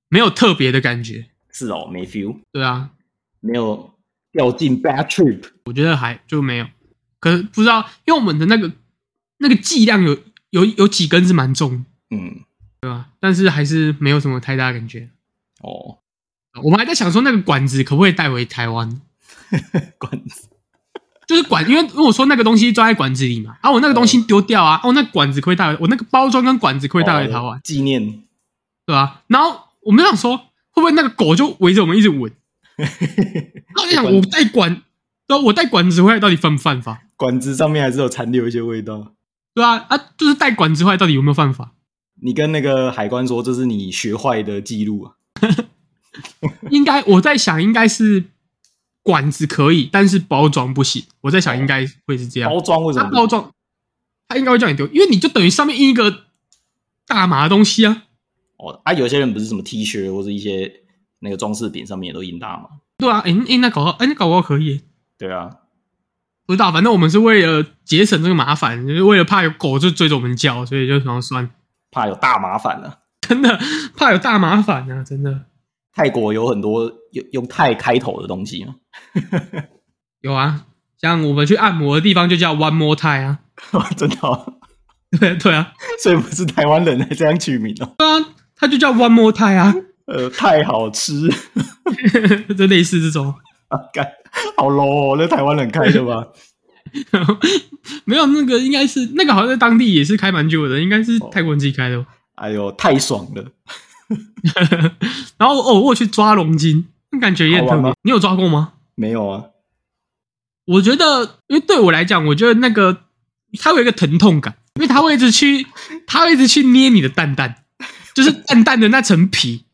Speaker 2: 没有特别的感觉。
Speaker 1: 是哦，没 feel，
Speaker 2: 对啊，
Speaker 1: 没有掉进 bad trip。
Speaker 2: 我觉得还就没有，可是不知道，因为我们的那个那个剂量有有有几根是蛮重的，
Speaker 1: 嗯，
Speaker 2: 对吧？但是还是没有什么太大的感觉。
Speaker 1: 哦，
Speaker 2: 我们还在想说那个管子可不可以带回台湾，
Speaker 1: 管子，
Speaker 2: 就是管，因为因为我说那个东西装在管子里嘛，啊，我那个东西丢掉啊，哦，那管子可以带回，我那个包装跟管子可以带回台湾
Speaker 1: 哦，纪念。
Speaker 2: 对吧、然后我们想说，会不会那个狗就围着我们一直 闻？然后我就想，我带管，对啊、我带管子回来到底犯不犯法？
Speaker 1: 管子上面还是有残留一些味道。
Speaker 2: 对啊，啊，就是带管子回来到底有没有犯法？
Speaker 1: 你跟那个海关说这是你学坏的记录啊？
Speaker 2: 应该我在想，应该是管子可以，但是包装不行。我在想，应该会是这样。
Speaker 1: 包装为什
Speaker 2: 它
Speaker 1: 么不？
Speaker 2: 包装，它应该会叫你丢，因为你就等于上面印一个大麻的东西啊。
Speaker 1: 哦啊，有些人不是什么 T 恤或者一些那个装饰品上面也都印大嘛？
Speaker 2: 对啊，哎、诶那搞到，哎、那搞不好可以耶、
Speaker 1: 对啊，
Speaker 2: 不知道，反正我们是为了节省这个麻烦，就是为了怕有狗就追着我们叫，所以就想要算，
Speaker 1: 怕有大麻烦了、
Speaker 2: 怕有大麻烦啊，真的
Speaker 1: 泰国有很多用用泰开头的东西嘛。
Speaker 2: 有啊。像我们去按摩的地方就叫 One More Time 啊，
Speaker 1: 真的哦、
Speaker 2: 对对啊，
Speaker 1: 所以不是台湾人来这样取名哦。
Speaker 2: 它就叫 One More Time 啊，
Speaker 1: 呃，太好吃，
Speaker 2: 就类似这种。
Speaker 1: 啊，干好 low 哦，那台湾人开的吧？
Speaker 2: 没有那个应该是那个好像在当地也是开蛮久的，应该是泰国人自己开的哦吧。
Speaker 1: 哎呦，太爽了！
Speaker 2: 然后哦，我有去抓龙筋，那感觉也很
Speaker 1: 好
Speaker 2: 特
Speaker 1: 玩吗
Speaker 2: 别。你有抓过吗？
Speaker 1: 没有啊，
Speaker 2: 我觉得，因为对我来讲，我觉得那个它会有一个疼痛感，因为它会一直去，它会一直去捏你的蛋蛋，就是蛋蛋的那层皮，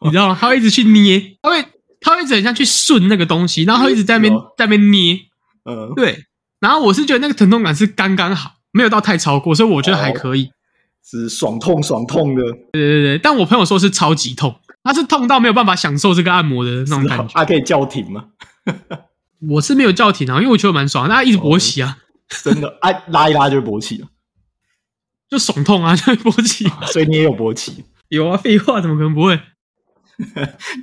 Speaker 2: 你知道吗？它会一直去捏，它会它会一直很像去顺那个东西，然后它一直在那边
Speaker 1: 有
Speaker 2: 在那边捏，
Speaker 1: 呃，
Speaker 2: 对。然后我是觉得那个疼痛感是刚刚好，没有到太超过，所以我觉得
Speaker 1: 哦
Speaker 2: 还可以。
Speaker 1: 是爽痛爽痛的，
Speaker 2: 对对对，但我朋友说是超级痛，他是痛到没有办法享受这个按摩的那种感觉。
Speaker 1: 啊，可以叫停吗？
Speaker 2: 我是没有叫停啊，因为我觉得蛮爽，大家一直勃起啊，
Speaker 1: 真的，啊，拉一拉就会勃起了，
Speaker 2: 就爽痛啊， 就会勃起。
Speaker 1: 所以你也有勃起。
Speaker 2: 有啊，废话，怎么可能不会？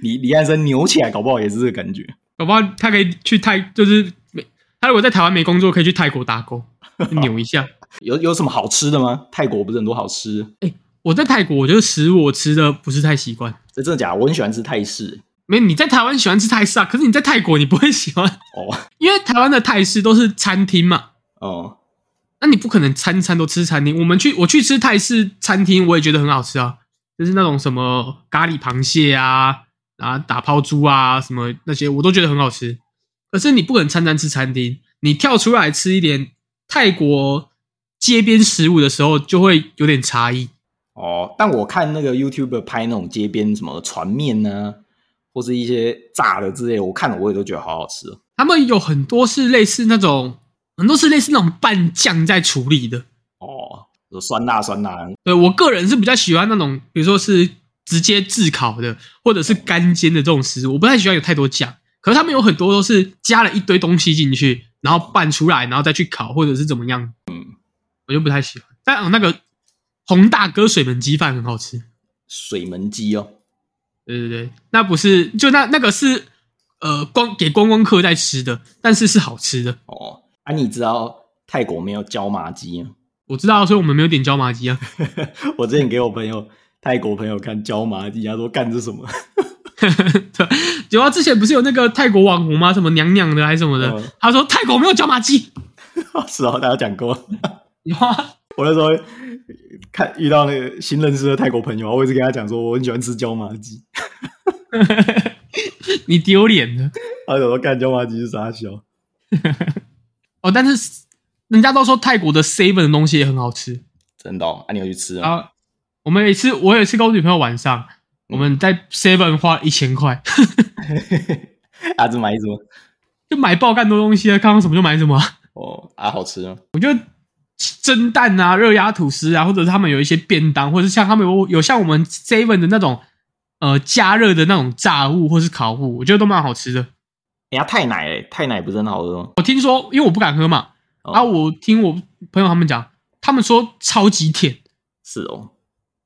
Speaker 1: 李李安生扭起来，搞不好也是这个感觉。
Speaker 2: 搞不好他可以去泰，就是没他如果在台湾没工作，可以去泰国打 工扭一下。
Speaker 1: 有有什么好吃的吗？泰国不是很多好吃的？
Speaker 2: 我在泰国，我觉得食物我吃的不是太习惯。
Speaker 1: 这真的假的？我很喜欢吃泰式
Speaker 2: 没，你在台湾喜欢吃泰式啊，可是你在泰国你不会喜欢，
Speaker 1: 哦
Speaker 2: 因为台湾的泰式都是餐厅嘛，
Speaker 1: 哦，
Speaker 2: 那你不可能餐餐都吃餐厅。我们去我去吃泰式餐厅，我也觉得很好吃啊，就是那种什么咖喱螃蟹啊，啊打抛猪啊，什么那些我都觉得很好吃。可是你不可能餐餐吃餐厅，你跳出来吃一点泰国街边食物的时候，就会有点差异。
Speaker 1: 哦，但我看那个 YouTube 拍那种街边什么船面呢、或是一些炸的之类的，我看了我也都觉得好好吃哦。
Speaker 2: 他们有很多是类似那种，很多是类似那种拌酱在处理的。
Speaker 1: 哦，有酸辣酸辣，
Speaker 2: 对我个人是比较喜欢那种，比如说是直接炙烤的，或者是干煎的这种食物，我不太喜欢有太多酱。可是他们有很多都是加了一堆东西进去，然后拌出来，然后再去烤，或者是怎么样。嗯，我就不太喜欢。但、哦、那个洪大哥水门鸡饭很好吃。
Speaker 1: 水门鸡哦。
Speaker 2: 对对对，那不是就那那个是呃光给观光客在吃的，但是是好吃的。
Speaker 1: 哦，啊，你知道泰国没有椒麻鸡吗？
Speaker 2: 我知道，所以我们没有点椒麻鸡啊。
Speaker 1: 我之前给我朋友泰国朋友看椒麻鸡，他说干这什么？
Speaker 2: 对，有啊，之前不是有那个泰国网红吗？什么娘娘的还是什么的？
Speaker 1: 嗯
Speaker 2: 他说泰国没有椒麻鸡，
Speaker 1: 是哦，大家讲过。
Speaker 2: 有啊，
Speaker 1: 我那时候看遇到那个新认识的泰国朋友，我一直跟他讲说我很喜欢吃椒麻鸡，
Speaker 2: 你丢脸了
Speaker 1: 他就说干椒麻鸡是啥小？
Speaker 2: 哦。但是人家都说泰国的 seven 的东西也很好吃
Speaker 1: 真的、哦？啊，你有去吃啊？
Speaker 2: 啊。我们有一次，我有一次跟我女朋友晚上，我们在 seven 花一千块，
Speaker 1: 啊，这买什么？
Speaker 2: 就买爆干多东西啊，看到什么就买什么啊、
Speaker 1: 哦，啊，好吃吗？
Speaker 2: 蒸蛋啊、热压吐司啊，或者是他们有一些便当，或者是像他们有有像我们 seven 的那种呃加热的那种炸物或是烤物，我觉得都蛮好吃的。
Speaker 1: 哎呀，太奶嘞，太奶不是很好喝吗？
Speaker 2: 我听说，因为我不敢喝嘛，
Speaker 1: 哦
Speaker 2: 啊啊，我听我朋友他们讲，他们说超级甜，
Speaker 1: 是哦，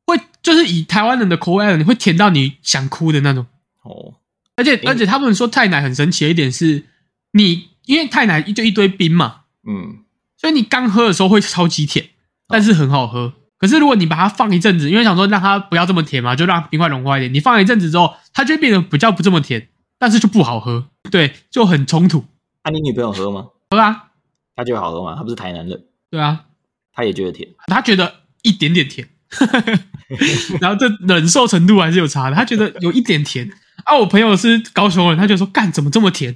Speaker 2: 会就是以台湾人的口味来讲，你会甜到你想哭的那种。
Speaker 1: 哦，
Speaker 2: 而且而且他们说太奶很神奇的一点是，你因为太奶就一堆冰嘛，
Speaker 1: 嗯，
Speaker 2: 所以你刚喝的时候会超级甜，但是很好喝。可是如果你把它放一阵子，因为想说让它不要这么甜嘛，就让冰块融化一点。你放一阵子之后，它就会变得比较不这么甜，但是就不好喝，对，就很冲突，
Speaker 1: 那、啊你女朋友喝吗？
Speaker 2: 喝啊，
Speaker 1: 她觉得好喝吗？她不是台南人，
Speaker 2: 对啊，
Speaker 1: 她也觉得甜。
Speaker 2: 他觉得一点点甜， 然后这忍受程度还是有差的，他觉得有一点甜。啊，我朋友是高雄人，他就说干怎么这么甜？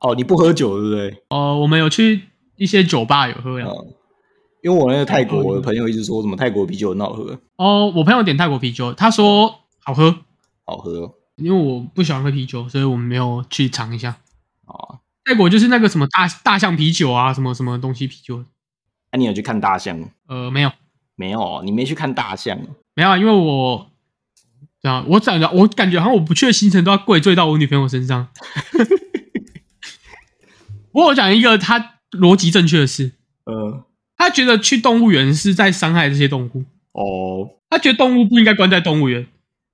Speaker 1: 哦，你不喝酒对不对？
Speaker 2: 哦、我们有去一些酒吧有喝呀。
Speaker 1: 哦因为我那个泰国的朋友一直说什么泰国啤酒很好喝，
Speaker 2: 哦，我朋友点泰国啤酒，他说好喝，
Speaker 1: 好喝哦
Speaker 2: 因为我不喜欢喝啤酒，所以我们没有去尝一下。
Speaker 1: 哦。
Speaker 2: 泰国就是那个什么大大象啤酒啊，什么什么东西啤酒，
Speaker 1: 那、啊你有去看大象吗？
Speaker 2: 呃，没有
Speaker 1: 没有，哦你没去看大象。哦
Speaker 2: 没有啊，因为我对啊，我感觉我感觉好像我不去的行程都要怪罪到我女朋友身上。 不过我讲一个她逻辑正确的事，
Speaker 1: 呃，
Speaker 2: 她觉得去动物园是在伤害这些动物，
Speaker 1: 哦，
Speaker 2: 她觉得动物不应该关在动物园，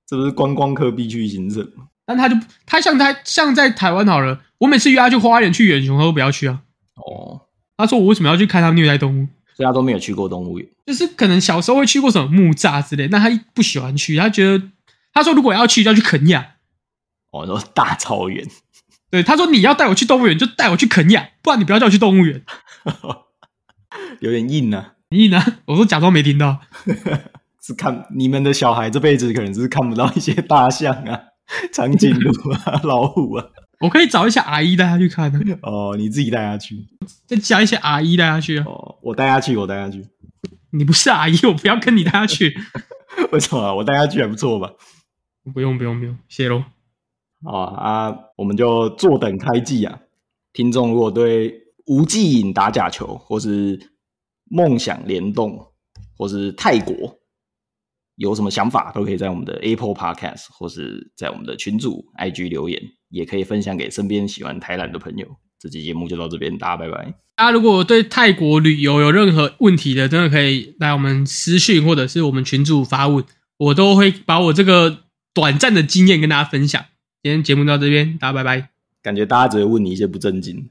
Speaker 1: 这不是观光客必去行程吗
Speaker 2: 但她就她像她像在台湾好了，我每次约她去花莲去远雄，她都不要去啊，
Speaker 1: 哦，
Speaker 2: 她说我为什么要去看她虐待动物？
Speaker 1: 所以他都没有去过动物园。
Speaker 2: 就是可能小时候会去过什么木栅之类，那他不喜欢去，他觉得他说如果要去就要去肯亚，
Speaker 1: 哦，然后大草原，
Speaker 2: 对，他说你要带我去动物园就带我去肯亚，不然你不要叫我去动物园。
Speaker 1: 有点硬啊呢、
Speaker 2: 你呢？ 我说假装没听到，
Speaker 1: 是看你们的小孩这辈子可能是看不到一些大象啊、 长颈鹿啊、老虎啊。
Speaker 2: 我可以找一些阿姨带他去看呢、
Speaker 1: 哦，你自己带他去。
Speaker 2: 再加一些阿姨带他去啊。
Speaker 1: 哦，我带他去，我带他去。
Speaker 2: 你不是阿姨，我不要跟你带他去。
Speaker 1: 为什么啊、我带他去还不错吧？
Speaker 2: 不用不用不用，谢喽。
Speaker 1: 哦啊，我们就坐等开季啊。听众如果对无忌影打假球，或是梦想联动，或是泰国有什么想法，都可以在我们的 Apple Podcast 或是在我们的群组 IG 留言，也可以分享给身边喜欢台南的朋友。这期节目就到这边，大家拜拜。
Speaker 2: 大家如果对泰国旅游有任何问题的，真的可以来我们私讯或者是我们群主发问，我都会把我这个短暂的经验跟大家分享。今天节目到这边，大家拜拜。
Speaker 1: 感觉大家只会问你一些不正经，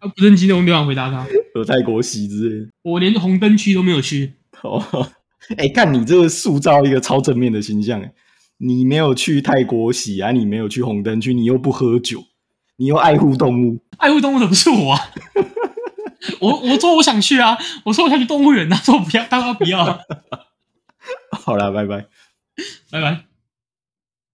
Speaker 2: 啊，不正经的我没办法回答他，
Speaker 1: 有泰国戏之类的。
Speaker 2: 我连红灯区都没有去。
Speaker 1: 哦， 哎，看你这个塑造一个超正面的形象，哎，你没有去泰国洗啊，你没有去红灯区，你又不喝酒，你又爱护动物，
Speaker 2: 爱护动物的不是我、啊，我我说我想去啊，我说我啊想去动物园，他说不要，他说不要啊，
Speaker 1: 好啦，拜拜。
Speaker 2: 拜拜。